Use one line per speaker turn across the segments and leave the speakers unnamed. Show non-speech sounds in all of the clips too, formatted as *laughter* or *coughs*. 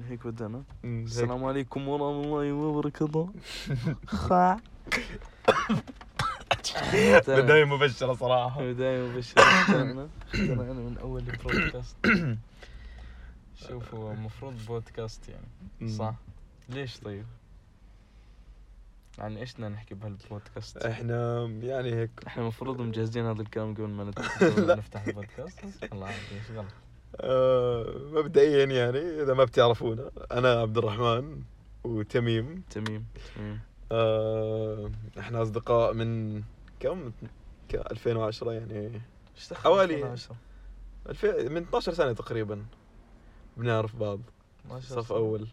هيك بدأنا
أمم، هيك.
السلام عليكم ورحمة الله *laughs* وبركاته خا
*laughs*
آه.
بداية مبشرة صراحة
بداية مبشرة اخترنا اخترنا من أول البودكاست *coughs* شوف هو المفروض بودكاست يعني
أمم.
صح ليش طيب عن ايش بدنا نحكي بهالبودكاست
احنا يعني هيك
احنا المفروض إيه. مجهزين هذا الكلام قبل ما نت- قبل ما نفتح البودكاست بس والله عادي ايش غلط
آه، مبدئيا يعني اذا ما بتعرفونا انا عبد الرحمن وتميم
تميم تميم
آه، احنا اصدقاء من كم ك- 2010 يعني
ايش دخل
حوالي-
2010
الف- من 12 سنه تقريبا بنعرف بعض
12
صف اول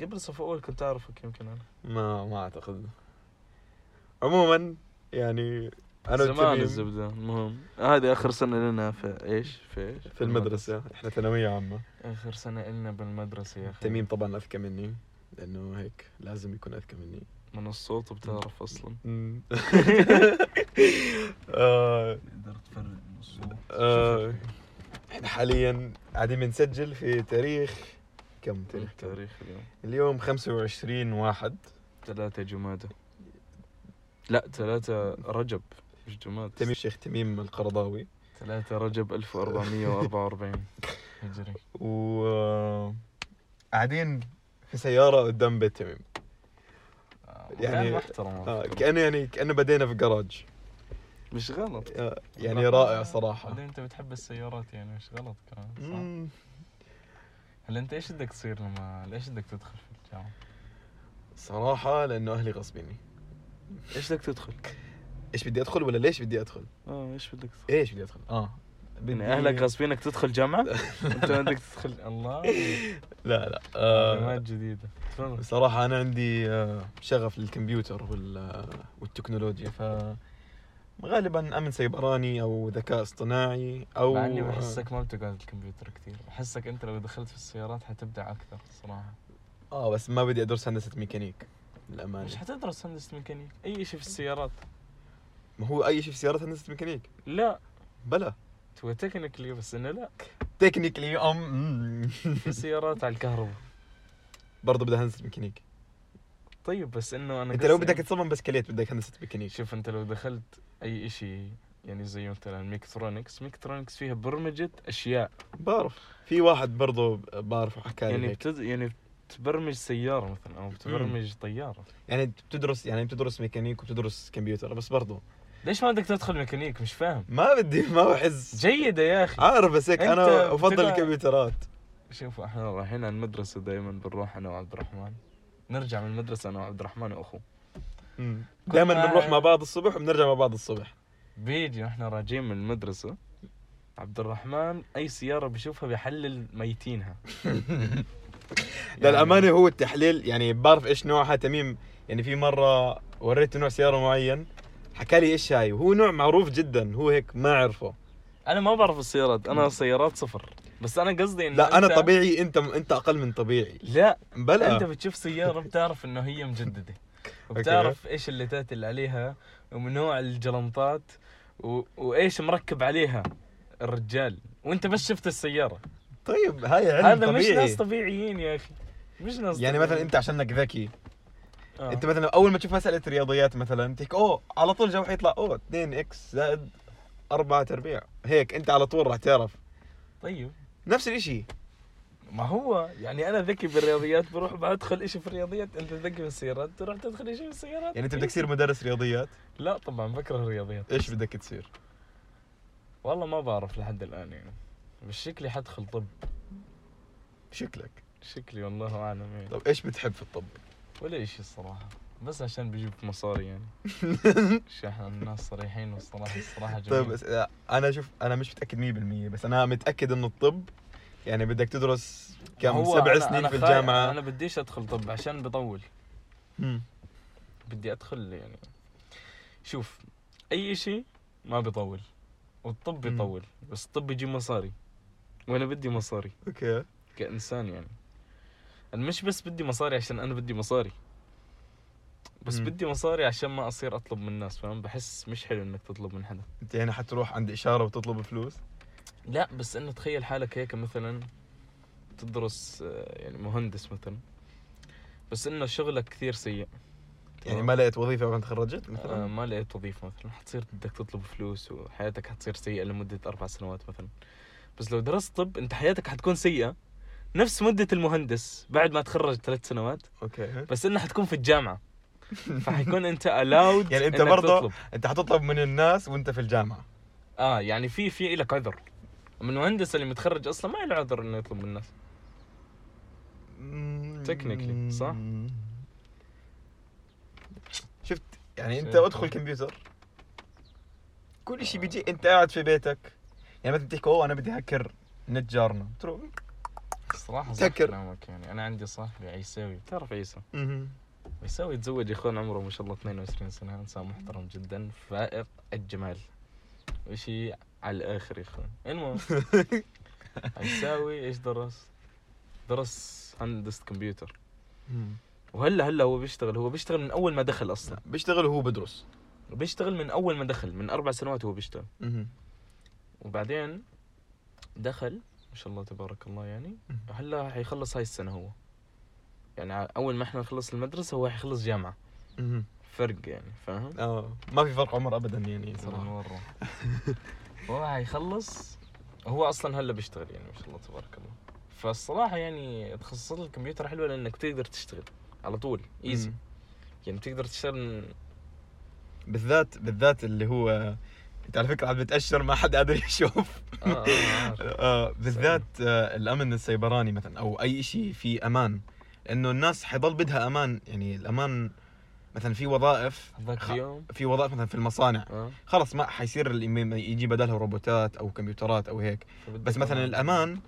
قبل صف اول كنت اعرفك يمكن انا
ما ما اعتقد عموما يعني انا
زمان
وتميم
الزبده المهم هذه اخر سنه لنا في ايش في ايش
في المدرسه احنا ثانويه عامه
اخر سنه لنا بالمدرسه يا اخي
تميم طبعا اذكى مني لانه هيك لازم يكون اذكى مني
من الصوت بتعرف اصلا
*laughs* آه،
تقدر تفرد من الصوت
آه، احنا حاليا قاعدين بنسجل في تاريخ كم تاريخ كم؟
التاريخ اليوم
اليوم 25 واحد
ثلاثة جمادة لا ثلاثة رجب مش جماد
تميم الشيخ تميم القرضاوي
ثلاثة رجب 1444 هجري
و آه، قاعدين في سيارة قدام بيت تميم يعني-
يعني محترم
آه
على فكرة.
كأنه يعني كأنه بدينا في جراج
مش غلط
آه يعني رائع صراحة
بعدين انت بتحب السيارات يعني مش غلط كمان صح؟
مم،
هل انت ايش بدك تصير لما ايش بدك تدخل في الجامعة؟
صراحة لأنه أهلي غصبيني
ايش بدك تدخل؟
إيش بدي أدخل ولا ليش بدي أدخل؟
اه ايش بدك تدخل؟
إيش بدي أدخل؟ آه
يعني
بدي-
اهلك غصبينك تدخل *laughs* جامعة؟ انت بدك تدخل الله
لا لا آه
كلمات جديدة تفضل
بصراحة أنا عندي آه، شغف للكمبيوتر وال- آه، والتكنولوجيا ف غالبا أمن سيبراني أو ذكاء اصطناعي أو
مع اني بحسك ما بتقعد الكمبيوتر كثير بحسك انت لو دخلت في السيارات حتبدع اكثر صراحة
آه بس ما بدي أدرس هندسة ميكانيك
مش
للأمانة
حتدرس هندسة ميكانيك اي شيء في السيارات
ما هو أي شيء في سيارة هندسة ميكانيك
لا
بلا
هو تكنيكلي بس انه لا
تكنيكلي *laughs* أم
في سيارات على الكهرباء
برضه بدها هندسة ميكانيك
طيب بس انه انا
أنت لو
قصدي يعني
بدك تصمم بسكليت بدك هندسة ميكانيك
شوف انت لو دخلت اي شيء يعني زي مثلا ميكترونكس ميكترونكس فيها برمجة اشياء
بعرف في واحد برضه بعرفه حكى لي
يعني
هيك.
بتد... يعني بتبرمج سيارة مثلا او بتبرمج طيارة
يعني بتدرس يعني بتدرس ميكانيك وبتدرس كمبيوتر بس برضه
ليش ما بدك تدخل ميكانيك مش فاهم
ما بدي ما بحس
جيدة يا اخي
عارف بس هيك انا
أنت
افضل
بتلعب-
الكمبيوترات
شوف احنا رايحين على المدرسة دائما بنروح انا وعبد الرحمن نرجع من المدرسة انا وعبد الرحمن واخوه
دائما
كنا-
بنروح مع بعض الصبح وبنرجع مع بعض الصبح
بيجي احنا راجعين من المدرسة عبد الرحمن اي سيارة بشوفها بيحلل
*laughs*
ميتينها
يعني للامانه هو التحليل يعني بعرف ايش نوعها تميم يعني في مره وريته نوع سياره معين حكى لي ايش هاي وهو نوع معروف جدا هو هيك ما عرفه
انا ما بعرف السيارات انا سيارات صفر بس انا قصدي انه
لا انا
أنت-
طبيعي انت انت اقل من طبيعي
لا
بلا
انت بتشوف سياره بتعرف انه هي
*laughs*
مجدده وبتعرف ايش اللتات اللي عليها ومن نوع الجلنطات و... وايش مركب عليها الرجال وانت بس شفت السياره
طيب هاي علم
هذا مش
طبيعي
ناس طبيعيين يا اخي مش ناس
يعني مثلا انت عشانك ذكي
آه.
انت مثلا اول ما تشوف مساله رياضيات مثلا تحكي اوه على طول جو حيطلع اوه 2 اكس زائد 4 تربيع هيك انت على طول راح تعرف
طيب
نفس الشيء
ما هو يعني انا ذكي بالرياضيات بروح بدخل شيء في الرياضيات انت ذكي بالسيارات تروح تدخل شيء في السيارات
يعني انت بدك تصير مدرس رياضيات
لا طبعا بكره الرياضيات
ايش بدك تصير
والله ما بعرف لحد الان يعني بس شكلي حدخل طب
شكلك
شكلي والله اعلم يعني
طب ايش بتحب في الطب
ولا شيء الصراحة بس عشان بجيب مصاري
*laughs*
يعني شحن الناس صريحين والصراحة الصراحة جميل
طيب بس لا، انا شوف انا مش متاكد 100% بس انا متاكد انه الطب يعني بدك تدرس كم
هو
سبع
أنا-
سنين
أنا
في
خايف-
الجامعه
أنا بديش أدخل طب عشان بطول
مم.
بدي أدخل يعني شوف أي شيء ما بيطول والطب
مم.
بيطول بس الطب يجيب مصاري وأنا بدي مصاري
اوكي
كإنسان يعني أنا مش بس بدي مصاري عشان أنا بدي مصاري بس
مم.
بدي مصاري عشان ما أصير أطلب من الناس فاهم بحس مش حلو إنك تطلب من حدا
انت هنا حتروح عند اشاره وتطلب فلوس
لا بس انه تخيل حالك هيك مثلا تدرس آه، يعني مهندس مثلا بس انه شغلك كثير سيء
يعني ما لقيت وظيفه بعد تخرجت
آه،
مثلا
ما لقيت وظيفه مثلا حتصير بدك تطلب فلوس وحياتك حتصير سيئه لمده اربع سنوات مثلا بس لو درست طب انت حياتك حتكون سيئه نفس مده المهندس بعد ما تخرج ثلاث سنوات
اوكي
بس انه حتكون في
*laughs*
الجامعه فحيكون انت الاود
يعني أنت برضه- انت حتطلب من الناس وانت في الجامعه
اه يعني في في لك عذر من المهندس اللي متخرج اصلا ما له عذر انه يطلب من الناس Technically، صح؟
شفت يعني انت
شفت.
ادخل كمبيوتر كل شيء بيجي انت قاعد في بيتك يعني مثلا تحكي اوه انا بدي هكر نت جارنا "أمم." تروح
صراحه صح
تذكر.
كلامك يعني انا عندي صاحبي عيساوي بتعرف عيسى
مهم.
عيساوي تزوج اخوان عمره ما شاء الله 22 سنه انسان محترم جدا فائق الجمال وشي على الاخر يا اخوان المهم عيساوي ايش درس؟ درس هندسه كمبيوتر
مهم.
وهلا هلا هو بيشتغل هو بيشتغل من اول ما دخل اصلا
بيشتغل وهو بدرس
بيشتغل من اول ما دخل من اربع سنوات هو بيشتغل
مهم.
وبعدين دخل ما شاء الله تبارك الله يعني
مهم.
هلا حيخلص هاي السنه هو يعني ع- اول ما احنا نخلص المدرسه هو حيخلص جامعه
مهم.
فرق يعني فاهم
اه ما في فرق عمر ابدا يعني صراحه
مره هو حيخلص هو اصلا هلا بيشتغل يعني ما شاء الله تبارك الله فالصراحه يعني تخصصات الكمبيوتر حلوه لانك تقدر تشتغل على طول ايزي
مم.
يعني بتقدر تشتغل من-
بالذات بالذات اللي هو انت على فكره عم بتاشر ما حد قادر يشوف
آه،
*laughs*
آه، عارف.
آه بالذات آه الامن السيبراني مثلا او اي شيء في امان لانه الناس حيضل بدها امان يعني الامان مثلا في وظائف
هذاك
خ-
اليوم
في وظائف مثلا في المصانع
آه،
خلص ما حيصير اللي م- يجي بدلها روبوتات او كمبيوترات او هيك
فبدك
بس مثلا الامان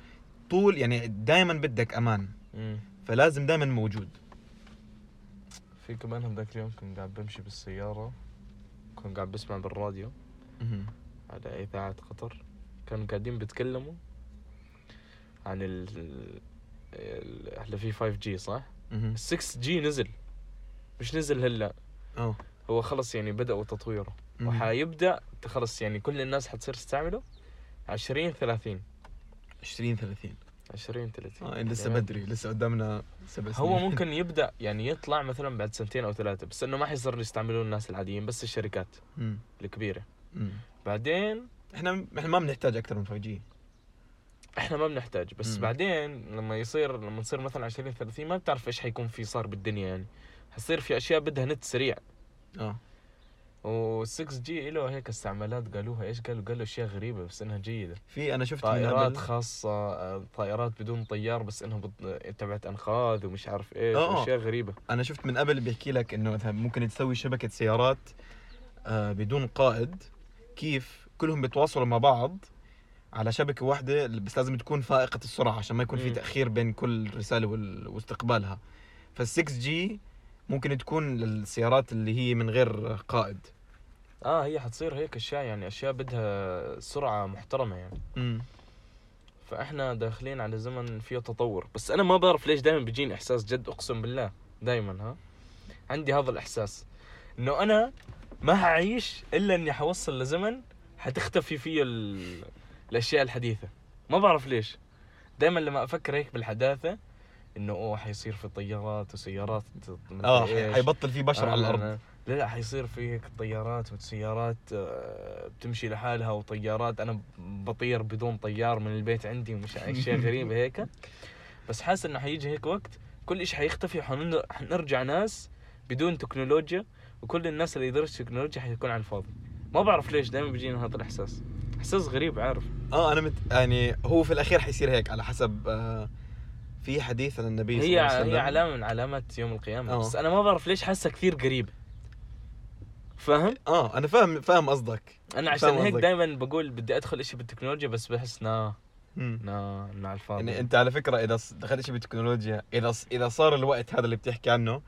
طول يعني دائما بدك امان
مم.
فلازم دائما موجود
في كمان هذاك اليوم كنت قاعد بمشي بالسيارة كنت قاعد بسمع بالراديو
مهم.
على إذاعة قطر كانوا قاعدين بيتكلموا عن ال ال- هلا في 5G صح؟
مهم.
ال 6G نزل مش نزل هلا
اه
هو خلص يعني بدأوا تطويره
مهم.
وحيبدأ خلص يعني كل الناس حتصير تستعمله 20 30
20 30
20 30
اه لسه
تمام؟
بدري لسه قدامنا سبع سنين
يعني
*laughs*
هو ممكن يبدأ يعني يطلع مثلا بعد سنتين أو ثلاثة بس إنه ما حيصير يستعملوه الناس العاديين بس الشركات
مم.
الكبيرة
مم.
بعدين
احنا احنا ما بنحتاج اكثر من 5 جي
احنا ما بنحتاج بس
مم.
بعدين لما يصير لما نصير مثلا 20 30 ما بتعرف ايش حيكون في صار بالدنيا يعني حصير في اشياء بدها نت سريع
اه
و6 جي له هيك استعمالات قالوها ايش قالوا قالوا اشياء غريبه بس انها جيده
في انا شفت من
طائرات
قبل
خاصه آه، طائرات بدون طيار بس انها بت- تبعت انقاذ ومش عارف ايش
آه، آه.
اشياء غريبه
انا شفت من قبل بيحكي لك انه مثلا ممكن تسوي شبكه سيارات آه بدون قائد كيف كلهم بيتواصلوا مع بعض على شبكه واحده بس لازم تكون فائقه السرعه عشان ما يكون في
مم.
تاخير بين كل رساله وال- واستقبالها فال6 جي ممكن تكون للسيارات اللي هي من غير قائد
اه هي حتصير هيك اشياء يعني اشياء بدها سرعه محترمه يعني
امم
فاحنا داخلين على زمن فيه تطور بس انا ما بعرف ليش دائما بيجيني احساس جد اقسم بالله دائما ها عندي هذا الاحساس انه انا ما حعيش الا اني حوصل لزمن حتختفي فيه ال... الاشياء الحديثه ما بعرف ليش دائما لما افكر هيك بالحداثه انه اوه حيصير في طيارات وسيارات مدري
اه
طيب، إيش.
حي- حيبطل في بشر على
آه،
الارض
آه. لا لا حيصير في هيك طيارات وسيارات آه، بتمشي لحالها وطيارات انا بطير بدون طيار من البيت عندي ومش اشياء غريبه هيك بس حاسس انه حيجي هيك وقت كل شيء حيختفي وحنن- حنرجع ناس بدون تكنولوجيا وكل الناس اللي يدرس تكنولوجيا حيكون على الفاضي ما بعرف ليش دائما بيجيني هذا الاحساس احساس غريب عارف
اه انا مت... يعني هو في الاخير حيصير هيك على حسب آه في حديث عن النبي صلى
هي
الله عليه وسلم
هي علامه من علامات يوم القيامه
آه.
بس انا ما بعرف ليش حاسه كثير قريبه فاهم
اه انا فاهم فاهم قصدك
انا عشان
فاهم
هيك
قصدك.
دائما بقول بدي ادخل اشي بالتكنولوجيا بس بحس نا
مم.
نا نا على الفاضي
يعني انت على فكره اذا ص- دخلت شيء بالتكنولوجيا اذا ص- اذا صار الوقت هذا اللي بتحكي عنه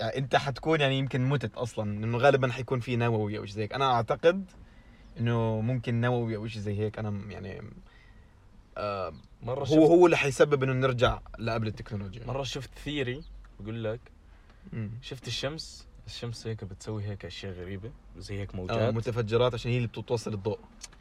يعني انت حتكون يعني يمكن متت اصلا لانه غالبا حيكون في نووي او شيء زي هيك انا اعتقد انه ممكن نووي او شيء زي هيك انا م- يعني آه
مره شفت
هو هو اللي حيسبب انه نرجع لقبل التكنولوجيا
مره شفت ثيري بقول لك
مم.
شفت الشمس الشمس هيك بتسوي هيك اشياء غريبه زي هيك
آه
موجات
متفجرات عشان هي اللي بتوصل الضوء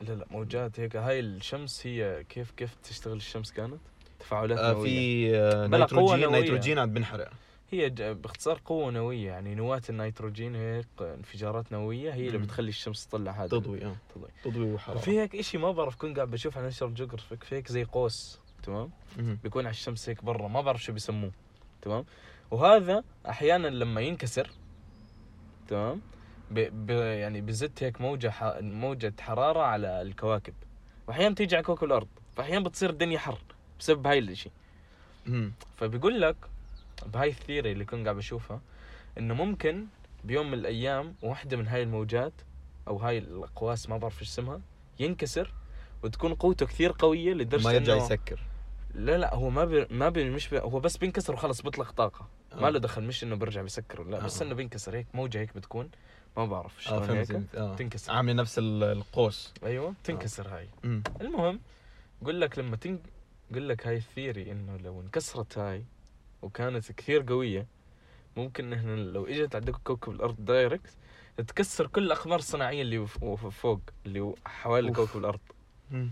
لا لا موجات هيك هاي الشمس هي كيف كيف تشتغل الشمس كانت تفاعلات
آه،
نوويه
في آه،
بلا قوة
نيتروجين
نووية.
نيتروجين عاد بنحرق
هي ج- باختصار قوه نوويه يعني نواه النيتروجين هيك انفجارات نوويه هي اللي
مم.
بتخلي الشمس تطلع هذا
تضوي اه
تضوي.
تضوي وحرارة
في هيك اشي ما بعرف كنت قاعد بشوف على نشر جوجرافيك في هيك زي قوس تمام
مم.
بيكون على الشمس هيك برا ما بعرف شو بيسموه تمام وهذا احيانا لما ينكسر تمام بي بي يعني بزت هيك موجه ح... موجه حراره على الكواكب واحيانا تيجي على كوكب الارض فاحيانا بتصير الدنيا حر بسبب هاي الاشي
مم.
فبيقول لك بهاي الثيري اللي كنت قاعد بشوفها انه ممكن بيوم من الايام واحده من هاي الموجات او هاي الاقواس ما بعرف ايش اسمها ينكسر وتكون قوته كثير قويه لدرجه
ما يرجع
إنه-
يسكر
لا لا هو ما بي ما بي مش بي هو بس بينكسر وخلص بيطلق طاقه
آه.
ما له دخل مش انه بيرجع بيسكر ولا لا بس
آه.
انه بينكسر هيك موجه هيك بتكون ما بعرف
اه
شلون
فهمت آه.
هيك
انت اه
تنكسر
عامله نفس ال- القوس
ايوه تنكسر هاي
مم.
المهم قل لك لما تن قل لك هاي الثيري انه لو انكسرت هاي وكانت كثير قويه ممكن احنا لو اجت على كوكب الارض دايركت تكسر كل الاقمار الصناعيه اللي وف- وف- فوق اللي حوالي
أوف.
كوكب الارض
مم.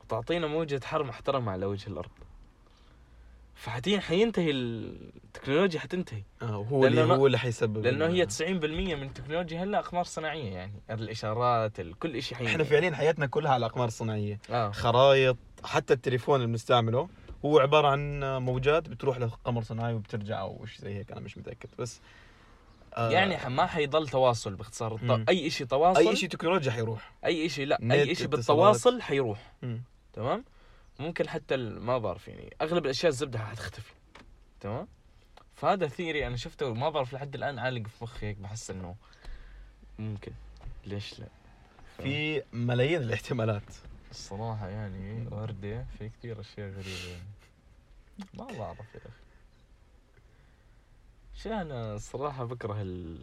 وتعطينا موجة حر محترمة على وجه الأرض فحتين حينتهي التكنولوجيا حتنتهي
اه هو اللي
لأنه ما-
هو اللي حيسبب
لأنه
ال-
هي 90% من التكنولوجيا هلا أقمار صناعية يعني الإشارات ال- كل شيء حين
احنا فعليا حياتنا كلها على الاقمار الصناعيه
آه.
خرايط حتى التليفون اللي بنستعمله هو عباره عن موجات بتروح لقمر صناعي وبترجع او شيء زي هيك انا مش متاكد بس آه،
يعني ح- ما حيضل تواصل باختصار الط...
مم.
أي شيء تواصل
اي شيء تكنولوجيا حيروح
أي شيء لا
نت،
أي شيء
اتصالات.
بالتواصل حيروح
مم.
تمام ممكن حتى ال- ما بعرف يعني أغلب الأشياء الزبدة حتختفي تمام فهذا ثيري أنا شفته وما بعرف لحد الآن عالق في مخي هيك بحس إنه ممكن ليش لا
في ملايين الاحتمالات
الصراحة يعني
مم.
وردة في كثير أشياء غريبة يعني ما بعرف يا أخي شو أنا الصراحة بكره ال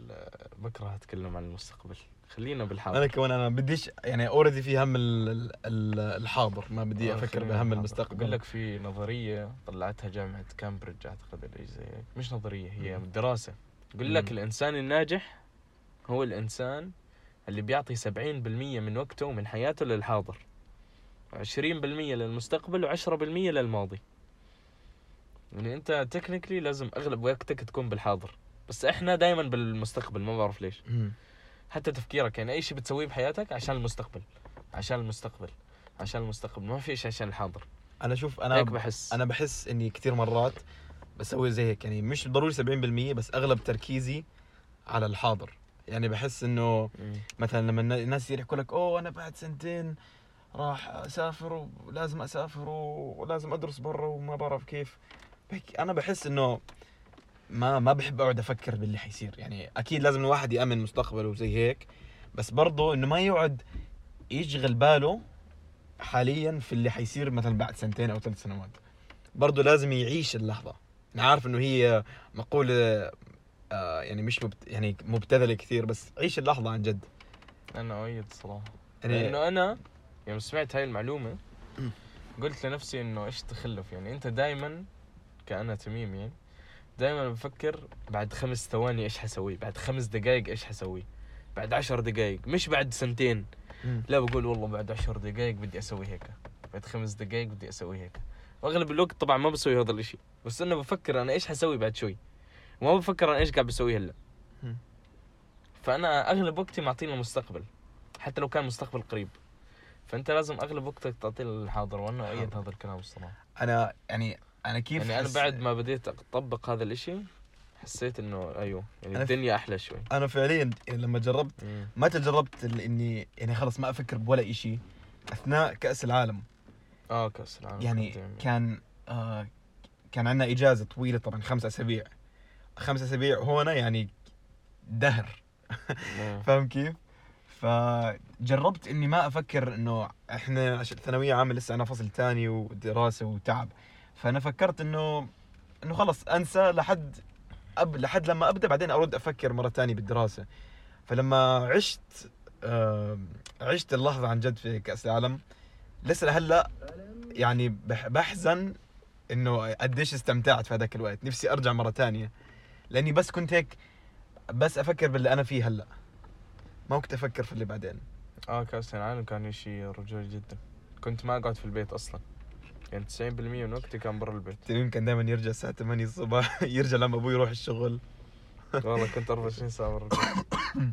بكره أتكلم عن المستقبل خلينا
انا
بالحاضر
كمان انا بديش يعني اوريدي في هم ال- ال- ال- الحاضر ما بدي
آه،
افكر
خلينا
بهم
بالحاضر.
المستقبل
بقول لك في نظرية طلعتها جامعة كامبريدج أعتقد ولا إيش زي هيك مش نظرية هي
مم.
دراسة بقول لك
مم.
الإنسان الناجح هو الإنسان اللي بيعطي 70% من وقته ومن حياته للحاضر 20% للمستقبل و10% للماضي يعني انت تكنيكلي لازم اغلب وقتك تكون بالحاضر بس احنا دائما بالمستقبل ما بعرف ليش
مم.
حتى تفكيرك يعني اي شيء بتسويه بحياتك عشان المستقبل عشان المستقبل عشان المستقبل ما في شيء عشان الحاضر
انا شوف انا
هيك بحس
انا بحس اني كثير مرات بسوي زي هيك يعني مش ضروري 70% بس اغلب تركيزي على الحاضر يعني بحس انه
مم.
مثلا لما النا- الناس يصير يحكوا لك اوه انا بعد سنتين راح اسافر ولازم اسافر ولازم ادرس برا وما بعرف كيف بحكي انا بحس انه ما ما بحب اقعد افكر باللي حيصير يعني اكيد لازم الواحد يامن مستقبله وزي هيك بس برضه انه ما يقعد يشغل باله حاليا في اللي حيصير مثلا بعد سنتين او ثلاث سنوات برضه لازم يعيش اللحظه انا عارف انه هي مقوله آه، يعني مش مبت... يعني مبتذله كثير بس عيش اللحظه عن جد
انا اؤيد صراحه
يعني
لانه انا يوم سمعت هاي المعلومه قلت لنفسي انه ايش تخلف يعني انت دائما كأنا تميم يعني دائما بفكر بعد خمس ثواني ايش حسوي بعد خمس دقائق ايش حسوي بعد عشر دقائق مش بعد سنتين
مم.
لا بقول والله بعد عشر دقائق بدي اسوي هيك بعد خمس دقائق بدي اسوي هيك واغلب الوقت طبعا ما بسوي هذا الاشي بس انه بفكر انا ايش حسوي بعد شوي وما بفكر انا ايش قاعد بسوي هلا
مم.
فانا اغلب وقتي معطيه المستقبل حتى لو كان مستقبل قريب فانت لازم اغلب وقتك تعطيه للحاضر وانا اؤيد
الحاضر.
هذا الكلام الصراحه
انا يعني انا كيف
يعني انا
حس-
بعد ما بديت اطبق هذا الاشي حسيت انه ايوه يعني
أنا ف-
الدنيا احلى شوي
انا فعليا لما جربت
مم.
ما تجربت ال- اني يعني خلص ما افكر بولا شيء اثناء كاس العالم
اه كاس العالم
يعني
كنت-
كان آه كان عندنا اجازه طويله طبعا خمس اسابيع خمس اسابيع هنا يعني دهر
آه.
فاهم كيف؟ فجربت اني ما افكر انه احنا عش- ثانويه عامه لسه انا فصل ثاني ودراسه وتعب فانا فكرت انه انه خلص انسى لحد أب لحد لما ابدا بعدين ارد افكر مره ثانيه بالدراسه فلما عشت آم، عشت اللحظه عن جد في كاس العالم لسه لهلا يعني بح- بحزن انه قديش استمتعت في هذاك الوقت نفسي ارجع مره ثانيه لاني بس كنت هيك بس افكر باللي انا فيه هلا ما كنت افكر في اللي بعدين
آه، اه كاس العالم كان شيء رجولي جدا كنت ما اقعد في البيت اصلا يعني 90% من وقتي كان برا البيت
تميم كان دائما يرجع الساعه 8 الصبح *laughs* يرجع لما ابوي يروح الشغل
والله كنت 24 ساعة برا البيت.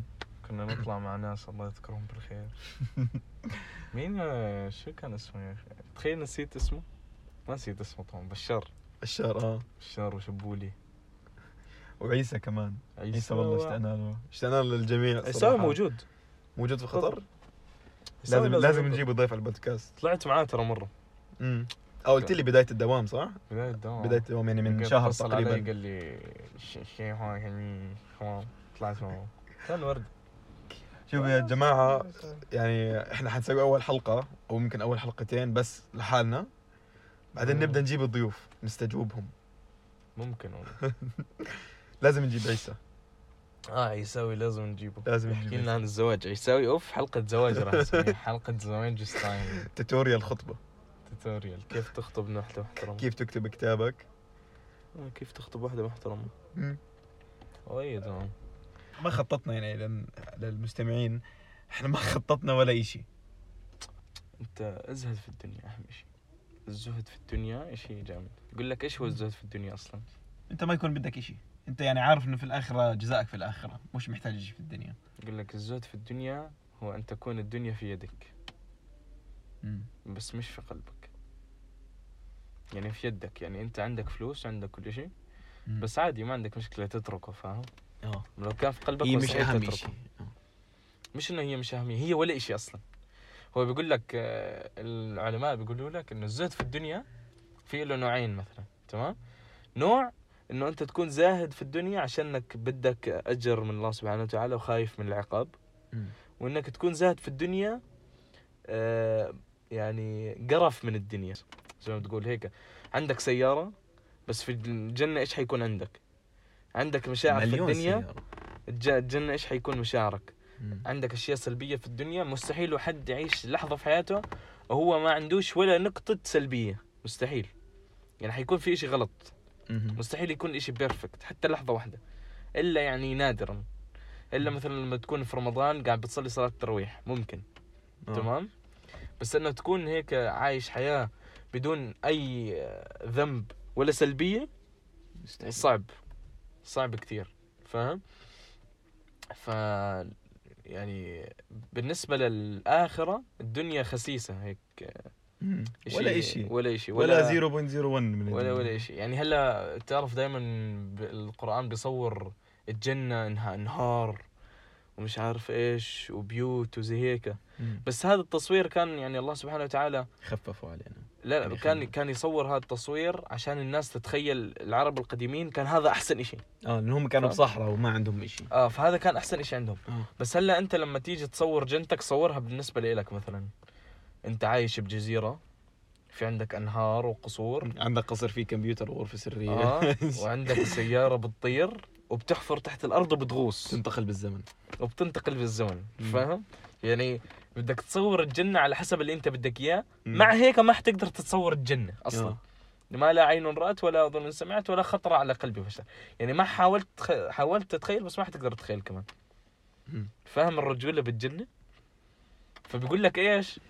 *coughs*
كنا نطلع مع ناس الله يذكرهم
*laughs*
بالخير مين آه، شو كان اسمه يا اخي تخيل نسيت اسمه ما نسيت اسمه طبعا بشار
الشهر اه
بشار وشبولي
وعيسى كمان عيسى والله اشتقنا له اشتقنا له للجميع
عيسى
صراحة.
موجود
موجود في خطر
عيساوي
لازم لازم
يبقى.
نجيب ضيف على البودكاست
طلعت معاه ترى مرة
امم او قلت لي بدايه الدوام صح
بداية الدوام
بدايه الدوام يعني من
قال-
شهر
اتصل آه. علي
تقريبا
قال لي شيء شيء هون يعني خلاص طلعت معه كان ورد
شوف يا جماعه يعني احنا حنسوي اول حلقه او ممكن اول حلقتين بس لحالنا بعدين
مم.
نبدا نجيب الضيوف نستجوبهم
ممكن والله
لازم نجيب عيسى
اه عيساوي لازم نجيبه
لازم
يحكي
نجيب
لنا عن الزواج عيساوي اوف حلقة زواج راح *laughs* نسميها حلقة زواج ستايل
توتوريال خطبه
توتوريال كيف تخطب واحدة محترمة
كيف تكتب كتابك
آه، كيف تخطب واحدة محترمة
مم.
وايد آه.
ما خططنا يعني لل- للمستمعين احنا ما خططنا ولا شيء
انت ازهد في الدنيا اهم شيء الزهد في الدنيا شيء جامد يقول لك ايش هو الزهد في الدنيا اصلا
انت ما يكون بدك شيء انت يعني عارف انه في الاخره جزائك في الاخره مش محتاج شيء في الدنيا
يقول لك الزهد في الدنيا هو ان تكون الدنيا في يدك
مم.
بس مش في قلبك يعني في يدك يعني انت عندك فلوس عندك كل شيء
مم.
بس عادي ما عندك مشكله تتركه فاهم
اه
لو كان في قلبك
هي مش
مستحيل
اهم
تتركه.
شيء
مش انه هي مش اهميه هي ولا شيء اصلا هو بيقول لك آه، العلماء بيقولوا لك انه الزهد في الدنيا في له نوعين مثلا تمام نوع انه انت تكون زاهد في الدنيا عشانك بدك اجر من الله سبحانه وتعالى وخايف من العقاب
مم.
وانك تكون زاهد في الدنيا آه، يعني قرف من الدنيا زي ما تقول هيك عندك سياره بس في الجنه ايش حيكون عندك عندك مشاعر في
مليون
الدنيا
سيارة.
الج- الجنه ايش حيكون مشاعرك
مم.
عندك اشياء سلبيه في الدنيا مستحيل حد يعيش لحظه في حياته وهو ما عندوش ولا نقطه سلبيه مستحيل يعني حيكون في إشي غلط
مم.
مستحيل يكون إشي بيرفكت حتى لحظه واحده الا يعني نادرا الا مثلا لما تكون في رمضان قاعد بتصلي صلاه التراويح ممكن
آه.
تمام بس انه تكون هيك عايش حياه بدون اي آه، ذنب ولا سلبيه
مستحيل.
يعني صعب صعب كثير فاهم ف يعني بالنسبه للاخره الدنيا خسيسه هيك
مم.
إشي-
ولا شيء
ولا شيء
ولا 0.01 من
ولا
الدنيا.
ولا شيء يعني هلا تعرف دائما القران بيصور الجنه انها انهار ومش عارف ايش وبيوت وزي هيك
مم.
بس هذا التصوير كان يعني الله سبحانه وتعالى
خففوا علينا
لا لا
يعني
كان
خلي-
كان يصور هذا التصوير عشان الناس تتخيل العرب القديمين كان هذا احسن إشي
اه لان هم كانوا
صح.
بصحراء وما عندهم شيء
اه فهذا كان احسن إشي عندهم
آه.
بس هلا انت لما تيجي تصور جنتك صورها بالنسبه لإلك مثلا انت عايش بجزيره في عندك انهار وقصور
عندك قصر فيه كمبيوتر وغرفه سريه
اه وعندك سياره بتطير وبتحفر تحت الارض وبتغوص
*laughs* تنتقل بالزمن
وبتنتقل بالزمن
مم.
فاهم يعني بدك تصور الجنه على حسب اللي انت بدك اياه
مم.
مع هيك ما حتقدر تتصور الجنه اصلا
آه.
ما لا عين رأت ولا أظن سمعت ولا خطر على قلبي بشر يعني ما حاولت تخ... حاولت تتخيل بس ما حتقدر تتخيل كمان
مم.
فاهم الرجولة بالجنة فبيقول لك إيش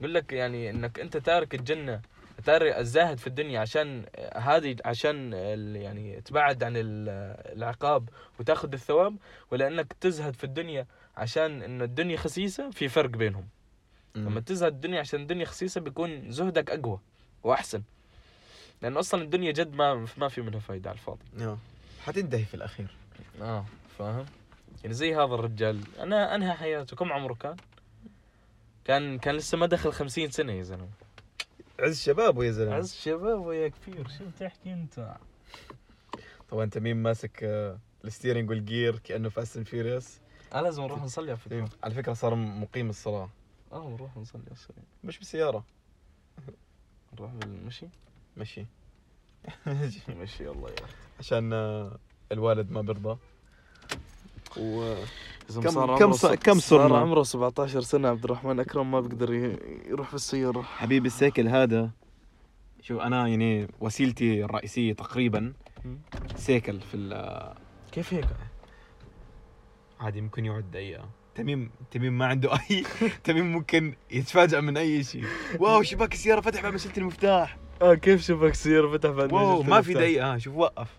بيقول لك يعني إنك أنت تارك الجنة تارك الزاهد في الدنيا عشان آه، هذه عشان آه، ال- يعني تبعد عن ال- آه، العقاب وتاخذ الثواب ولا انك تزهد في الدنيا عشان انه الدنيا خسيسه في فرق بينهم
مم.
لما تزهد الدنيا عشان الدنيا خسيسه بيكون زهدك اقوى واحسن لانه اصلا الدنيا جد ما ما في منها فايده على الفاضي
آه. حتنتهي في الاخير
اه فاهم يعني زي هذا الرجال انا انهى حياته كم عمره كان كان كان لسه ما دخل خمسين سنه يا زلمه
عز شبابه يا زلمه
عز شباب ويا كبير شو تحكي انت
طبعا تميم ماسك آه، الستيرنج والجير كانه فاست اند فيوريوس
انا آه، لازم نروح نصلي على فكره
على فكره صار مقيم الصلاه
اه نروح نصلي اصلا
مش بالسياره
نروح بالمشي
مشي
*laughs*
*laughs*
مشي الله يا
عشان آه، الوالد ما بيرضى و
كم صار
صار كم
كم
عمره ص- كم صار صرنا؟
صار عمره 17 سنه عبد الرحمن اكرم ما بيقدر ي- يروح بالسياره
حبيبي السيكل هذا شو انا يعني وسيلتي الرئيسيه تقريبا
مم.
سيكل في ال- آه،
كيف هيك؟
عادي ممكن آه. يقعد دقيقه تميم تميم ما عنده اي *laughs* تميم ممكن يتفاجئ من اي شيء واو شباك السياره فتح بعد ما شلت المفتاح
اه كيف شباك سير فتح بعد
واو ما في دقيقه ها شوف وقف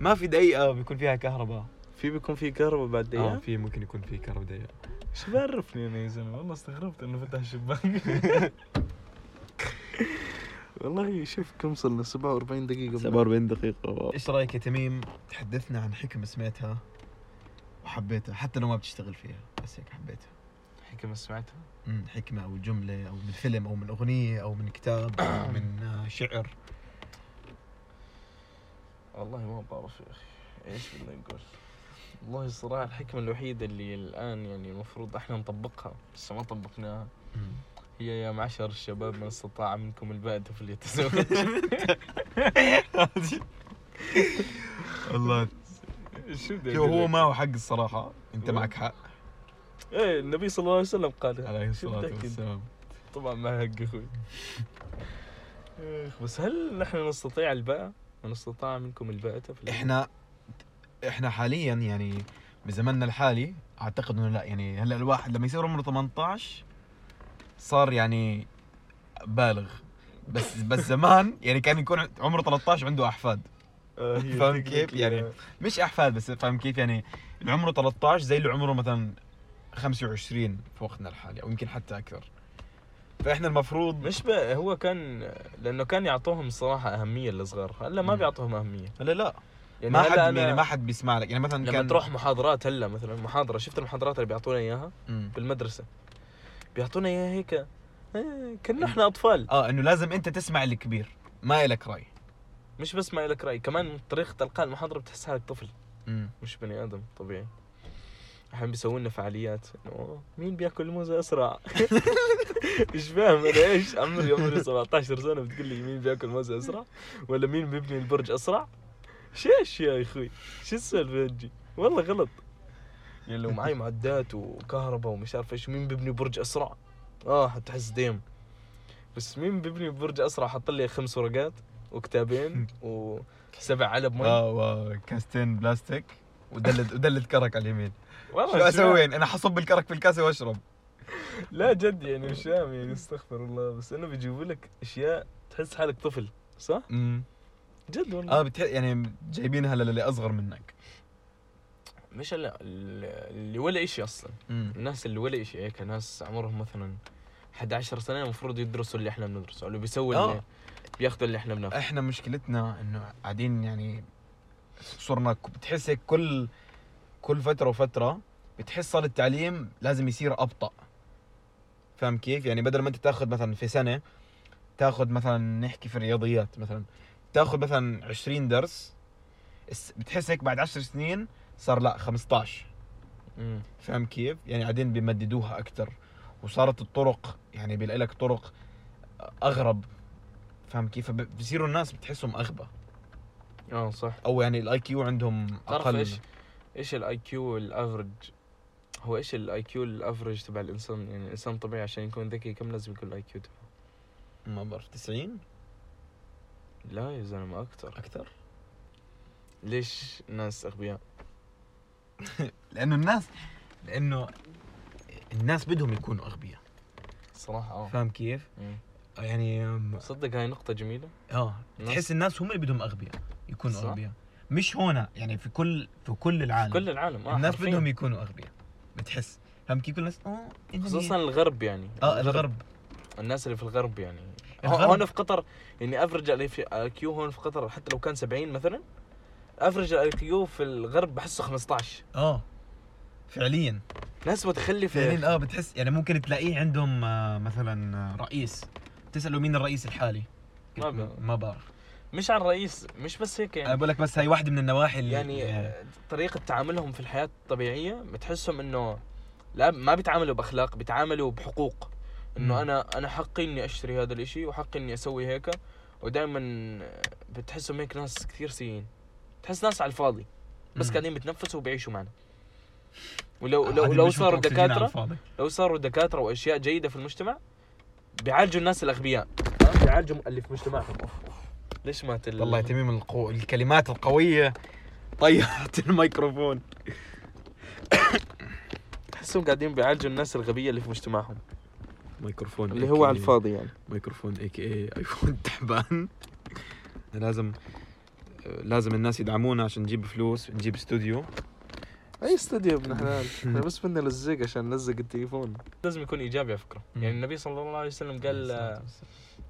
ما في دقيقه بيكون فيها كهرباء
في بيكون آه، في كهرباء بعد
اه
دقيقه
في ممكن يكون في كهرباء دقيقه
شو بعرفني انا يا زلمه والله استغربت انه فتح الشباك *laughs* والله شوف كم صرنا 47 دقيقه
47 دقيقة
ايش رايك يا تميم تحدثنا عن حكم سمعتها وحبيتها حتى لو ما بتشتغل فيها بس هيك حبيتها
حكم سمعتها
من حكمة أو جملة أو من فيلم أو من أغنية أو من كتاب *coughs* أو من آه، شعر
والله ما بعرف يا اخي ايش بدنا نقول والله الصراحه الحكمه الوحيده اللي الان يعني المفروض احنا نطبقها بس ما طبقناها هي يا معشر الشباب من استطاع منكم الباءة *laughs* فليتزوج
*laughs* والله
شو بدي
شو
أقول
هو
لك؟
معه حق الصراحة أنت معك حق
ايه النبي صلى الله عليه وسلم قالها
عليه
شو
الصلاة
بدي أكد؟
والسلام
طبعا ما حق اخوي إخ، بس هل نحن نستطيع الباءة؟ من استطاع منكم الباءة فليتزوج
إحنا إحنا حاليا يعني بزمننا الحالي أعتقد إنه لا يعني هلا الواحد لما يصير عمره 18 صار يعني بالغ بس بس زمان يعني كان يكون عمره 13 عنده أحفاد
آه، هي آه،
فاهم
الفكرة
كيف؟
كذا.
يعني- مش احفاد بس فاهم كيف يعني اللي عمره 13 زي اللي عمره مثلا 25 في وقتنا الحالي او يمكن حتى اكثر فاحنا المفروض
مش بقى هو كان لانه كان يعطوهم صراحه اهميه للصغار هلا ما
مم.
بيعطوهم اهميه
هلا لا
يعني
ما
هلا
حد
أنا-
يعني ما حد بيسمع لك يعني مثلا
لما
كان
تروح محاضرات هلا مثلا محاضره شفت المحاضرات اللي بيعطونا اياها
مم.
بالمدرسه بيعطونا اياها هيك آه، كنا احنا اطفال
اه انه لازم انت تسمع الكبير ما لك راي
مش بس ما لك راي كمان طريقه القاء المحاضره بتحس حالك طفل
مم.
مش بني ادم طبيعي احيانا بيسووا لنا فعاليات انه أوه، مين بياكل موزه اسرع؟ *laughs* مش فاهم انا ايش عمري عمري 17 سنه بتقول لي مين بياكل موزه اسرع؟ ولا مين بيبني البرج اسرع؟ شيش يا اخوي شو السالفه هالجي؟ والله غلط يعني لو معي معدات وكهرباء ومش عارف ايش مين بيبني برج اسرع؟ اه حتحس ديم بس مين بيبني برج اسرع حط لي خمس ورقات وكتابين وسبع علب مي
اه وكاستين بلاستيك ودلة ودلة كرك على اليمين شو
والله
اسوي انا حصب الكرك في الكاسه واشرب
لا جد يعني مش فاهم يعني استغفر الله بس انه بيجيبوا لك اشياء تحس حالك طفل صح؟
مم.
جد والله
اه بتح... يعني جايبينها للي اصغر منك
مش لا اللي ولا شيء اصلا
مم.
الناس اللي ولا شيء هيك ناس عمرهم مثلا 11 سنه المفروض يدرسوا اللي احنا بندرسه اللي بيسووا اللي
آه.
بياخذوا اللي احنا بناخذه
احنا مشكلتنا انه قاعدين يعني صرنا ك- بتحس هيك كل كل فتره وفتره بتحس صار التعليم لازم يصير ابطا فاهم كيف يعني بدل ما انت تاخذ مثلا في سنه تاخذ مثلا نحكي في الرياضيات مثلا تاخذ مثلا 20 درس الس- بتحس هيك بعد 10 سنين صار لا 15
مم.
فاهم كيف؟ يعني قاعدين بيمددوها اكثر وصارت الطرق يعني بيلاقي لك طرق اغرب فاهم كيف؟ فب- بصيروا الناس بتحسهم اغبى
اه صح
او يعني الاي كيو عندهم
تعرف
اقل
ايش ايش الاي كيو الافرج هو ايش الاي كيو الافرج تبع الانسان يعني الانسان طبيعي عشان يكون ذكي كم لازم يكون الاي كيو تبعه؟
ما بعرف 90
لا يا زلمه اكثر
اكثر
ليش ناس اغبياء؟
لانه الناس لانه الناس بدهم يكونوا اغبياء
صراحه اه
فاهم كيف؟
مم.
يعني أم،
صدق هاي نقطة جميلة
اه
الناس-
تحس الناس هم اللي بدهم اغبياء يكونوا
صح.
اغبياء مش هون يعني في كل في كل العالم
كل العالم آه
الناس
حرفياً.
بدهم يكونوا اغبياء بتحس فاهم كيف كل الناس اه إنني-
خصوصا الغرب يعني
اه الغرب
الناس اللي في الغرب يعني
الغرب.
الغرب. هون في قطر يعني افرج الاي كيو هون في قطر حتى لو كان 70 مثلا افرج الاي كيو في الغرب بحسه 15
اه فعليا
ناس متخلفة يا
فعليا
أخي.
اه بتحس يعني ممكن تلاقيه عندهم آه، مثلا آه، رئيس تساله مين الرئيس الحالي
ما بعرف.
ما بعرف
مش عن الرئيس مش بس هيك
انا
يعني
بقول لك بس هاي واحده من النواحي اللي
يعني
آه،
آه، طريقة تعاملهم في الحياة الطبيعية بتحسهم انه لا ما بيتعاملوا باخلاق بيتعاملوا بحقوق
مم.
انه انا انا حقي اني اشتري هذا الاشي وحقي اني اسوي هيك ودائما بتحسهم هيك ناس كثير سيئين تحس ناس على الفاضي بس
مم. آه،
قاعدين بتنفسوا وبيعيشوا معنا ولو لو
قاعدين
لو
بيشربوا
صاروا
أكسجين على
دكاترة
الفاضي.
لو صاروا دكاترة واشياء جيدة في المجتمع بيعالجوا الناس الاغبياء بيعالجوا اللي في مجتمعهم أوف، أوف. ليش مات ال-
والله تميم القو... الكلمات *laughs* القويه طيرت الميكروفون
احسهم قاعدين بيعالجوا الناس الغبيه اللي في مجتمعهم
ميكروفون
اللي هو على الفاضي يعني
ميكروفون اي كي اي ايفون *laughs* تعبان لازم آه، لازم الناس يدعمونا عشان نجيب فلوس نجيب استوديو
اي استوديو ابن حلال احنا بس بدنا نلزق عشان نلزق التليفون لازم يكون ايجابي على فكره
مم.
يعني النبي صلى الله عليه وسلم قال آه،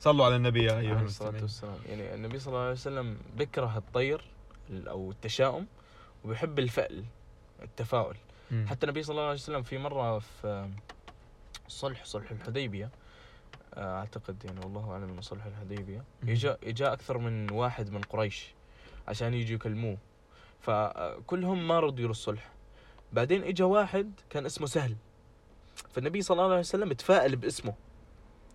صلوا على النبي يا ايها
عليه الصلاه
المسلمين
والسلام يعني النبي صلى الله عليه وسلم بيكره الطير ال- او التشاؤم وبيحب الفأل التفاؤل
مم.
حتى النبي صلى الله عليه وسلم في مره في صلح صلح الحديبيه آه، اعتقد يعني والله اعلم انه صلح الحديبيه
مم.
اجا اجا اكثر من واحد من قريش عشان يجوا يكلموه فكلهم ما رضوا يروا الصلح بعدين اجا واحد كان اسمه سهل فالنبي صلى الله عليه وسلم تفائل باسمه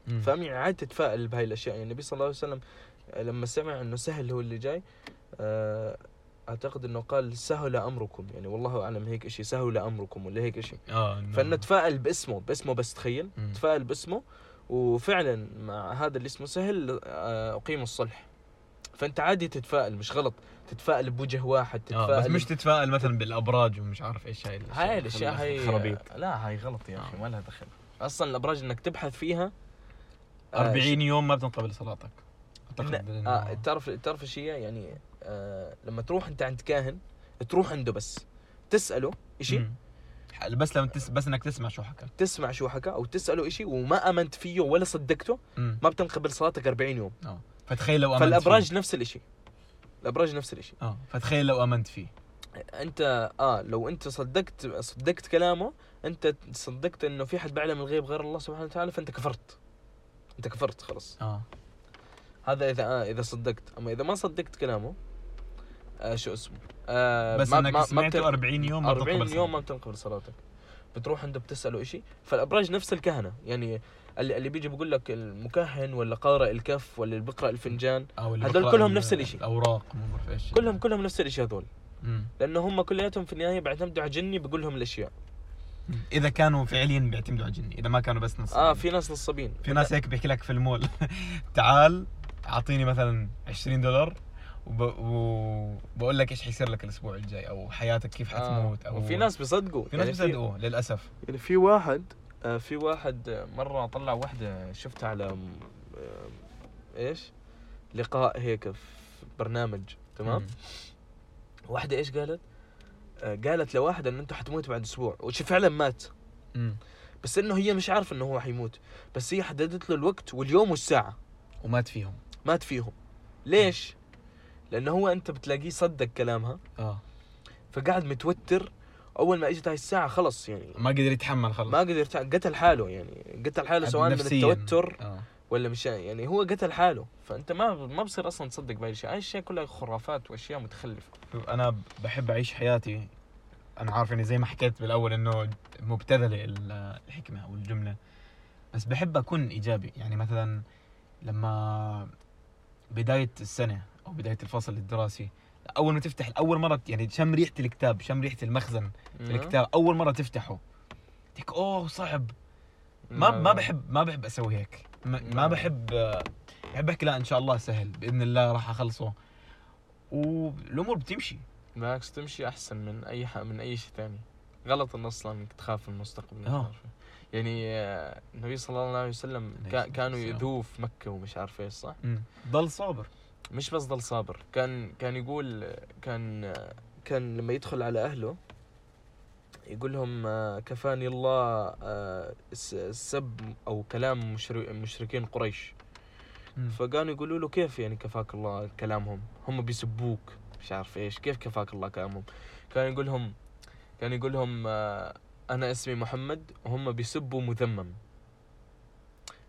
مم.
فامي عاد تتفائل بهاي الاشياء يعني النبي صلى الله عليه وسلم لما سمع انه سهل هو اللي جاي آه، اعتقد انه قال سهل امركم يعني والله اعلم هيك شيء سهل امركم ولا هيك شيء
اه إنه-
فلنتفائل باسمه باسمه بس تخيل
مم.
تفائل باسمه وفعلا مع هذا اللي اسمه سهل آه، اقيم الصلح فانت عادي تتفائل مش غلط تتفائل بوجه واحد
آه،
تتفائل
بس مش تتفائل مثلا بالابراج ومش عارف ايش هاي الاشياء
هاي الاشياء هاي
خرابيط
لا هاي غلط يا
نعم.
اخي ما لها دخل اصلا الابراج انك تبحث فيها آه،
40 يوم ما بتنقبل صلاتك
إن-
اعتقد إنه-
آه تعرف تعرف ايش هي يعني آه لما تروح انت عند كاهن تروح عنده بس تساله شيء
مم. بس لما تس... بس انك تسمع شو حكى
تسمع شو حكى او تساله شيء وما امنت فيه ولا صدقته
مم.
ما بتنقبل صلاتك 40 يوم
فتخيل لو امنت
فالابراج
فيه.
نفس الشيء الابراج نفس الشيء
اه فتخيل لو امنت فيه
انت اه لو انت صدقت صدقت كلامه انت صدقت انه في حد بيعلم الغيب غير الله سبحانه وتعالى فانت كفرت انت كفرت خلاص
اه
هذا اذا آه اذا صدقت اما اذا ما صدقت كلامه آه شو اسمه آه
بس
ما-
انك
ما- ما
سمعته
بتن-
40 يوم ما
40
بتقبل
يوم ما بتنقبل صلاتك بتروح عنده بتساله شيء فالابراج نفس الكهنه يعني اللي, اللي بيجي بيقول لك المكهن ولا قارئ الكف ولا اللي بيقرا الفنجان
أو اللي
هدول
بقرأ
كلهم
ال-
نفس الإشي.
الاوراق ما بعرف ايش
كلهم كلهم نفس الاشياء هذول
مم.
لانه هم كلياتهم في النهايه بيعتمدوا على جني بيقول لهم الاشياء
اذا كانوا فعليا بيعتمدوا على الجن اذا ما كانوا بس نص
اه في ناس نصابين
في ناس هيك بيحكي لك في المول *laughs* تعال اعطيني مثلا 20 دولار وب... وبقول لك ايش حيصير لك الاسبوع الجاي او حياتك كيف حتموت او
آه، وفي ناس بيصدقوا
في ناس
يعني
بيصدقوه للاسف
يعني في واحد آه، في واحد آه، مرة طلع واحدة شفتها على م- آه، ايش؟ لقاء هيك في برنامج تمام؟
مم.
واحدة ايش قالت؟ آه، قالت لواحد انه انت حتموت بعد اسبوع وش فعلا مات
مم.
بس انه هي مش عارفة انه هو حيموت بس هي حددت له الوقت واليوم والساعة
ومات فيهم
مات فيهم ليش؟ لانه هو انت بتلاقيه صدق كلامها
اه
فقعد متوتر اول ما اجت هاي الساعة خلص يعني
ما قدر يتحمل خلص
ما قدر يتع- قتل حاله يعني قتل حاله سواء من
نفسياً.
التوتر
اه
ولا مش يعني هو قتل حاله فانت ما ما بصير اصلا تصدق بهاي الاشياء هاي الاشياء كلها خرافات واشياء متخلفه
شوف انا بحب اعيش حياتي انا عارف اني زي ما حكيت بالاول انه مبتذله ال- الحكمه او الجمله بس بحب اكون ايجابي يعني مثلا لما بدايه السنه او بدايه الفصل الدراسي اول ما تفتح اول مره يعني شم ريحه الكتاب شم ريحه المخزن في الكتاب اول مره تفتحه تك اوه صعب ما ما بحب ما بحب اسوي هيك ما, ما
نعم.
بحب بحب احكي لا ان شاء الله سهل باذن الله راح اخلصه والامور بتمشي
بالعكس تمشي احسن من اي ح... من اي شيء ثاني غلط ان اصلا انك تخاف من المستقبل
آه.
آه. يعني آه، النبي صلى الله عليه وسلم
عليه
كا...
الصلاة
كانوا
والسلام.
يذوه في مكه ومش عارف ايش صح
ضل صابر
مش بس ضل صابر كان كان يقول كان كان لما يدخل على اهله يقول لهم آه، كفاني الله آه، الس- السب او كلام مشر- مشركين قريش فكانوا يقولوا له كيف يعني كفاك الله كلامهم هم بيسبوك مش عارف ايش كيف كفاك الله كلامهم كان يقول لهم كان يقول لهم آه، انا اسمي محمد وهم بيسبوا مذمم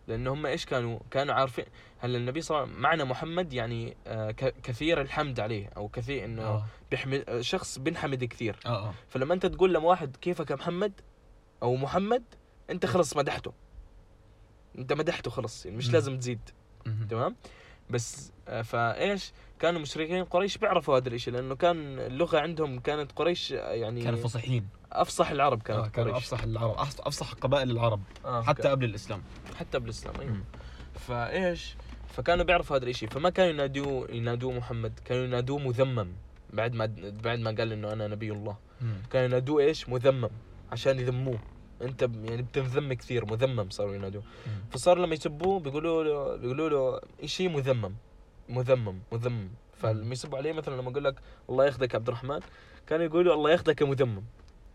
لانه هم ايش كانوا كانوا عارفين هلا النبي صلى الله عليه وسلم معنى محمد يعني آه، ك- كثير الحمد عليه او كثير انه
اه
بيحمد آه، شخص بنحمد كثير
اه
فلما انت تقول لواحد كيفك يا محمد او محمد انت خلص مدحته انت مدحته خلص يعني مش
مم.
لازم تزيد
مهم.
تمام بس آه، فايش كانوا مشركين قريش بيعرفوا هذا الشيء لانه كان اللغه عندهم كانت قريش آه، يعني
كانوا فصحين
افصح العرب كانت
آه،
آه
كانوا
قريش
افصح العرب أفص- افصح قبائل العرب
آه
حتى قبل الاسلام
حتى بالاسلام ايوه
مم.
فايش فكانوا بيعرفوا هذا الشيء فما كانوا ينادوه ينادوه محمد كانوا ينادوه مذمم بعد ما بعد ما قال انه انا نبي الله كانوا ينادوه ايش مذمم عشان يذموه انت ب- يعني بتنذم كثير مذمم صاروا ينادوه فصار لما يسبوه بيقولوا له بيقولوا له شيء مذمم مذمم مذمم فلما يسبوا عليه مثلا لما اقول لك الله ياخذك يا عبد الرحمن كانوا يقولوا الله ياخذك يا مذمم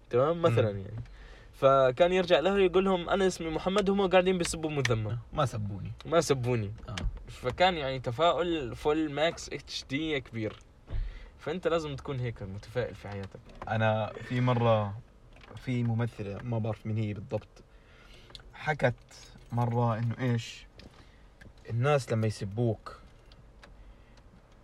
تمام مثلا
مم.
يعني فكان يرجع له يقول لهم انا اسمي محمد هم قاعدين بيسبوا مذمم
ما سبوني
ما سبوني
آه.
فكان يعني تفاؤل فول ماكس اتش دي كبير فانت لازم تكون هيك متفائل في حياتك
انا في مره في ممثله ما بعرف مين هي بالضبط حكت مره انه ايش الناس لما يسبوك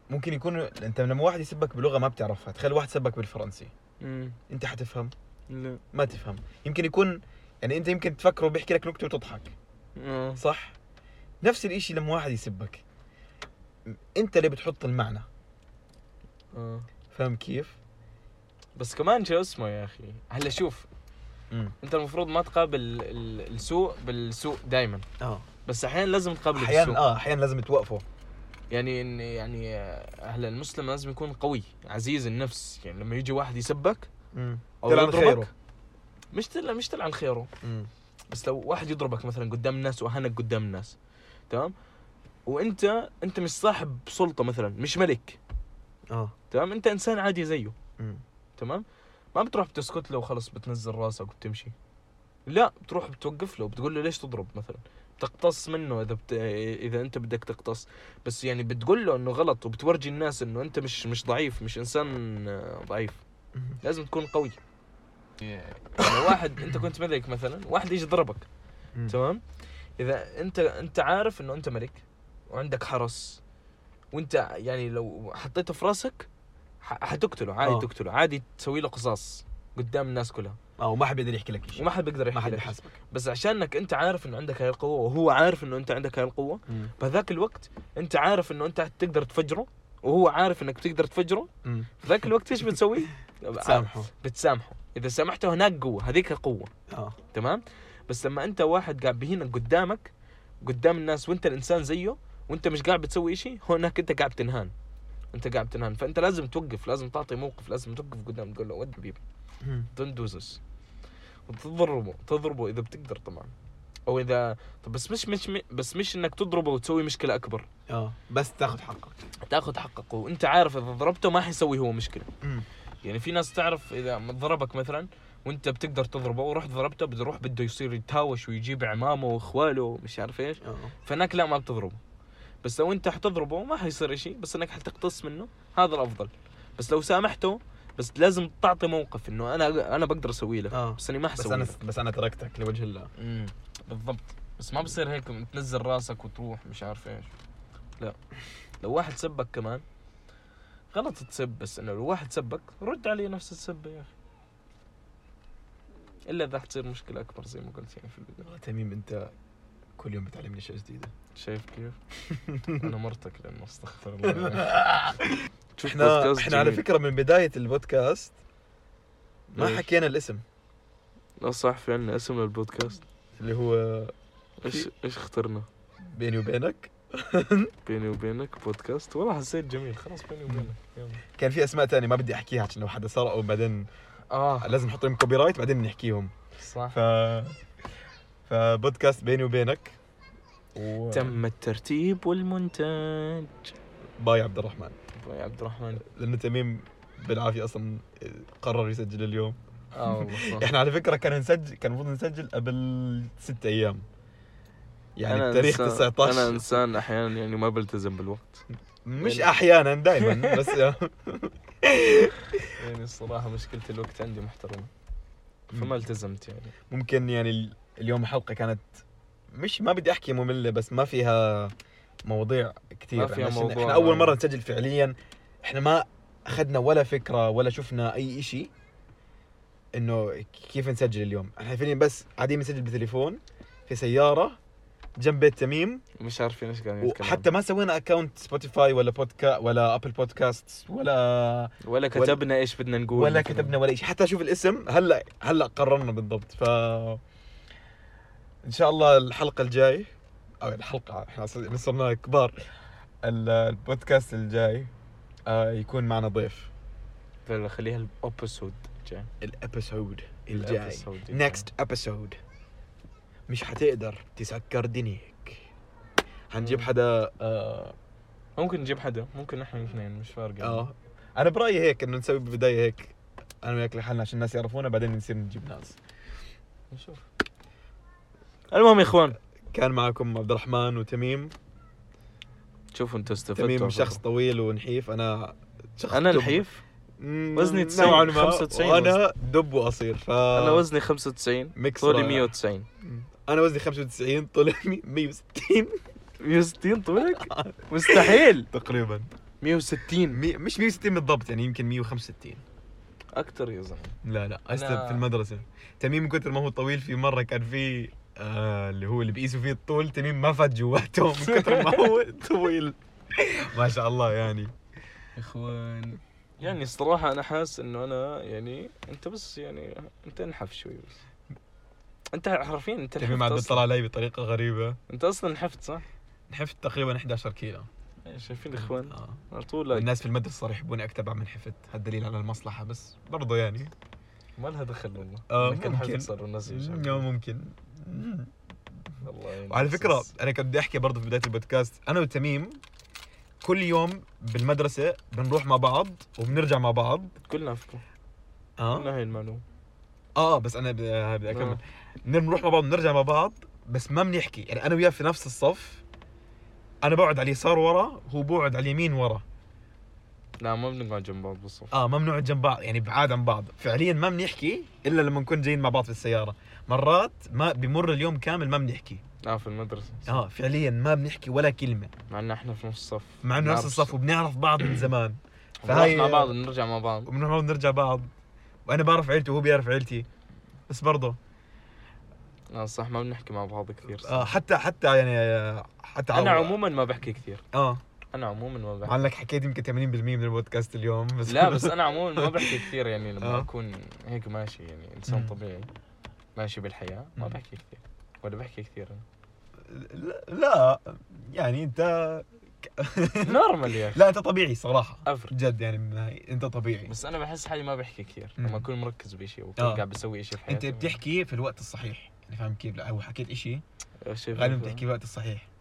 ممكن يكون انت لما واحد يسبك بلغه ما بتعرفها تخيل واحد سبك بالفرنسي
امم
انت حتفهم
لا
ما تفهم يمكن يكون يعني انت يمكن تفكره بيحكي لك نكته وتضحك
آه.
صح نفس الاشي لما واحد يسبك انت اللي بتحط المعنى
آه.
فاهم كيف
بس كمان شو اسمه يا اخي هلا شوف
امم
انت المفروض ما تقابل ال- السوء بالسوء دائما
اه
بس احيانا لازم تقابله
احيانا
بالسوء
اه احيانا لازم توقفه
يعني إن- يعني هلا المسلم لازم يكون قوي عزيز النفس يعني لما يجي واحد يسبك
امم
او
تلعن
يضربك
خيره.
مش تلعن مش تلعن خيره بس لو واحد يضربك مثلا قدام الناس واهانك قدام الناس تمام وانت انت مش صاحب سلطه مثلا مش ملك
اه
تمام انت انسان عادي زيه
امم
تمام ما بتروح بتسكت له وخلص بتنزل راسك وبتمشي لا بتروح بتوقف له بتقول له ليش تضرب مثلا بتقتص منه اذا بت... اذا انت بدك تقتص بس يعني بتقول له انه غلط وبتورجي الناس انه انت مش مش ضعيف مش انسان آه، ضعيف لازم تكون قوي لو واحد انت كنت ملك مثلا واحد يجي ضربك تمام اذا انت انت عارف انه انت ملك وعندك حرس وانت يعني لو حطيته في راسك ح- حتقتله عادي
آه.
تقتله عادي تسوي له قصاص قدام الناس كلها
اه وما حد بيقدر يحكي لك شيء
وما حد بيقدر
ما
يحكي
حد
لك
بيحاسبك
بس عشانك انت عارف انه عندك هاي القوه وهو عارف انه انت عندك هاي القوه
مم.
بهذاك الوقت انت عارف انه انت تقدر تفجره وهو عارف انك بتقدر تفجره
مم.
بذاك الوقت ايش بتسوي؟
*laughs* تسامحه
بتسامحه اذا سامحته هناك قوه هذيك قوه
اه
تمام بس لما انت واحد قاعد بهينك قدامك قدام الناس وانت الانسان زيه وانت مش قاعد بتسوي شيء هناك انت قاعد تنهان انت قاعد تنهان فانت لازم توقف لازم تعطي موقف لازم توقف قدام تقول له ود حبيبي
مم.
تندوزس وتضربه تضربه اذا بتقدر طبعا او اذا طب بس مش مش بس مش انك تضربه وتسوي مشكله اكبر
اه بس تاخذ حقك
تاخذ حقك وانت عارف اذا ضربته ما حيسوي هو مشكله يعني في ناس تعرف اذا ضربك مثلا وانت بتقدر تضربه ورحت ضربته بيروح بده يصير يتهاوش ويجيب عمامه واخواله ومش عارف ايش
اه
فهناك لا ما بتضربه بس لو انت حتضربه ما حيصير شيء بس انك حتقتص منه هذا الافضل بس لو سامحته بس لازم تعطي موقف انه انا انا بقدر اسوي لك
اه
بس اني ما
بس
حسوي
انا
لك.
بس انا تركتك لوجه الله
امم بالضبط بس ما بصير هيك تنزل راسك وتروح مش عارف ايش لا لو واحد سبك كمان غلط تسب بس انه لو واحد سبك رد عليه نفس السبه يا اخي الا اذا حتصير مشكله اكبر زي ما قلت يعني في البدايه
آه، تميم انت كل يوم بتعلمني اشياء جديده
شايف
*laughs*
كيف؟ انا مرتك لانه استغفر الله شوف
احنا
بودكاست
احنا على
جميل.
فكره من بدايه البودكاست ما
إيش؟
حكينا الاسم
لا صح في عندنا اسم للبودكاست
اللي هو
ايش ايش اخترنا؟
بيني وبينك
بيني وبينك بودكاست والله حسيت جميل خلاص بيني وبينك يلا
كان في اسماء تانية ما بدي احكيها عشان لو حدا سرقه بعدين
اه
لازم نحط لهم كوبي رايت بعدين نحكيهم
صح
ف فبودكاست بيني وبينك و...
تم الترتيب والمونتاج
باي عبد الرحمن
يا عبد الرحمن
لانه تميم بالعافيه اصلا قرر يسجل اليوم
اه والله *laughs* صح
احنا على فكره كان نسجل كان المفروض نسجل قبل ست ايام يعني
أنا
التاريخ
إنسان- انا
19
انسان احيانا يعني ما بلتزم بالوقت
مش احيانا دائما
*laughs*
بس
يعني الصراحه مشكله الوقت عندي محترمه فما
فما
التزمت يعني
ممكن يعني ال- اليوم حلقه كانت مش ما بدي احكي ممله بس ما فيها مواضيع كثير
ما فيها
عشان
موضوع.
احنا اول مره نسجل فعليا احنا ما اخذنا ولا فكره ولا شفنا اي شيء انه كيف نسجل اليوم احنا فعليا بس قاعدين نسجل بتليفون في سياره جنب بيت تميم
مش عارفين ايش قاعدين نتكلم
وحتى ما سوينا اكونت سبوتيفاي ولا بودكا ولا ابل بودكاست ولا
ولا كتبنا ايش بدنا نقول
ولا
مثلاً.
كتبنا ولا شيء حتى شوف الاسم هلا هلا قررنا بالضبط ف ان شاء الله الحلقه الجاي او الحلقه احنا ص- صرنا كبار ال- البودكاست الجاي آه، يكون معنا ضيف
يلا خليها الابيسود الجاي
الابيسود الجاي
الابيسود الجاي.
نكست ابيسود مش حتقدر تسكر دنيك حنجيب حدا آه,
ممكن نجيب حدا ممكن احنا الاثنين مش فارقه
اه انا برايي هيك انه نسوي بالبدايه هيك انا وياك لحالنا عشان الناس يعرفونا بعدين نصير نجيب ناس
نشوف المهم يا اخوان
كان معكم عبد الرحمن وتميم
شوفوا انتوا استفدتوا
تميم
على
شخص
فكرة.
طويل ونحيف انا شخص
انا
دب.
الحيف
مم،
وزني تسعين،
نوعاً ما،
95
وانا دب وقصير ف
انا وزني 95
ميكس
طولي
رائع.
190
انا وزني 95 طولي *laughs* 160
160 طولك؟ مستحيل
تقريبا
160
مي... مش 160 بالضبط يعني يمكن 165
اكثر يا زلمه
لا لا
أنا-
اسلم في المدرسه تميم من كثر ما هو طويل في مره كان في آه اللي هو اللي بيقيسوا فيه الطول تميم ما فات جواتهم من كثر ما
*laughs*
هو طويل ما شاء الله يعني
اخوان يعني الصراحة أنا حاسس إنه أنا يعني أنت بس يعني أنت انحف شوي بس أنت حرفيا أنت
تميم
انحفت
عاد
أصلا
طلع علي بطريقه غريبه
أنت أصلا انحفت صح؟
نحفت تقريبا 11 كيلو
إيه، شايفين إخوان
آه.
على طول لايك.
الناس في المدرسه صاروا يحبوني اكتب عم نحفت هالدليل على المصلحه بس برضو يعني
ما لها دخل والله
آه،
لكن انحفت
ممكن.
صار الناس
يا
يشعرون.
ممكن
والله يعني
وعلى فكره
أساس.
انا كنت بدي احكي برضه في بدايه البودكاست انا وتميم كل يوم بالمدرسه بنروح مع بعض وبنرجع مع بعض
كلنا فيكم
اه
كلنا هاي المعلومة
اه بس انا ب- بدي اكمل
آه.
بنروح مع بعض بنرجع مع بعض بس ما بنحكي يعني انا وياه في نفس الصف انا بقعد على اليسار ورا هو بقعد على اليمين ورا
لا ما بنقعد جنب بعض بالصف
اه ما بنقعد جنب بعض يعني بعاد عن بعض فعليا ما بنحكي الا لما نكون جايين مع بعض في السياره مرات ما بمر اليوم كامل ما بنحكي
لا في المدرسة
اه فعليا ما بنحكي ولا كلمه
مع إن إحنا في نفس الصف
مع انه نفس
بنعرف-
الصف وبنعرف بعض من زمان
بنروح
فهاي-
مع بعض نرجع مع بعض
وبنروح بنرجع بعض وانا بعرف عيلته وهو بيعرف عيلتي بس برضه
لا صح ما بنحكي مع بعض كثير
آه حتى حتى يعني آه، حتى
أنا
عو-
عموما ما بحكي كثير
اه
أنا عموما ما بحكي
مع انك حكيت يمكن 80% من البودكاست اليوم بس
لا بس انا عموما ما بحكي كثير يعني لما
آه.
اكون هيك ماشي يعني انسان
مم.
طبيعي ماشي بالحياه ما
مم.
بحكي كثير ولا بحكي كثير أنا. *laughs*
لا- لا يعني انت
نورمال يا اخي
لا انت طبيعي صراحه
افرج
جد يعني ما- انت طبيعي
بس انا بحس حالي ما بحكي كثير
مم.
لما اكون مركز بشيء واكون
آه.
قاعد بسوي شيء في
انت
حياتي
بتحكي في الوقت الصحيح يعني فاهم كيف لا هو حكيت اشي
شايف
غالبا
كيف؟
بتحكي في الوقت الصحيح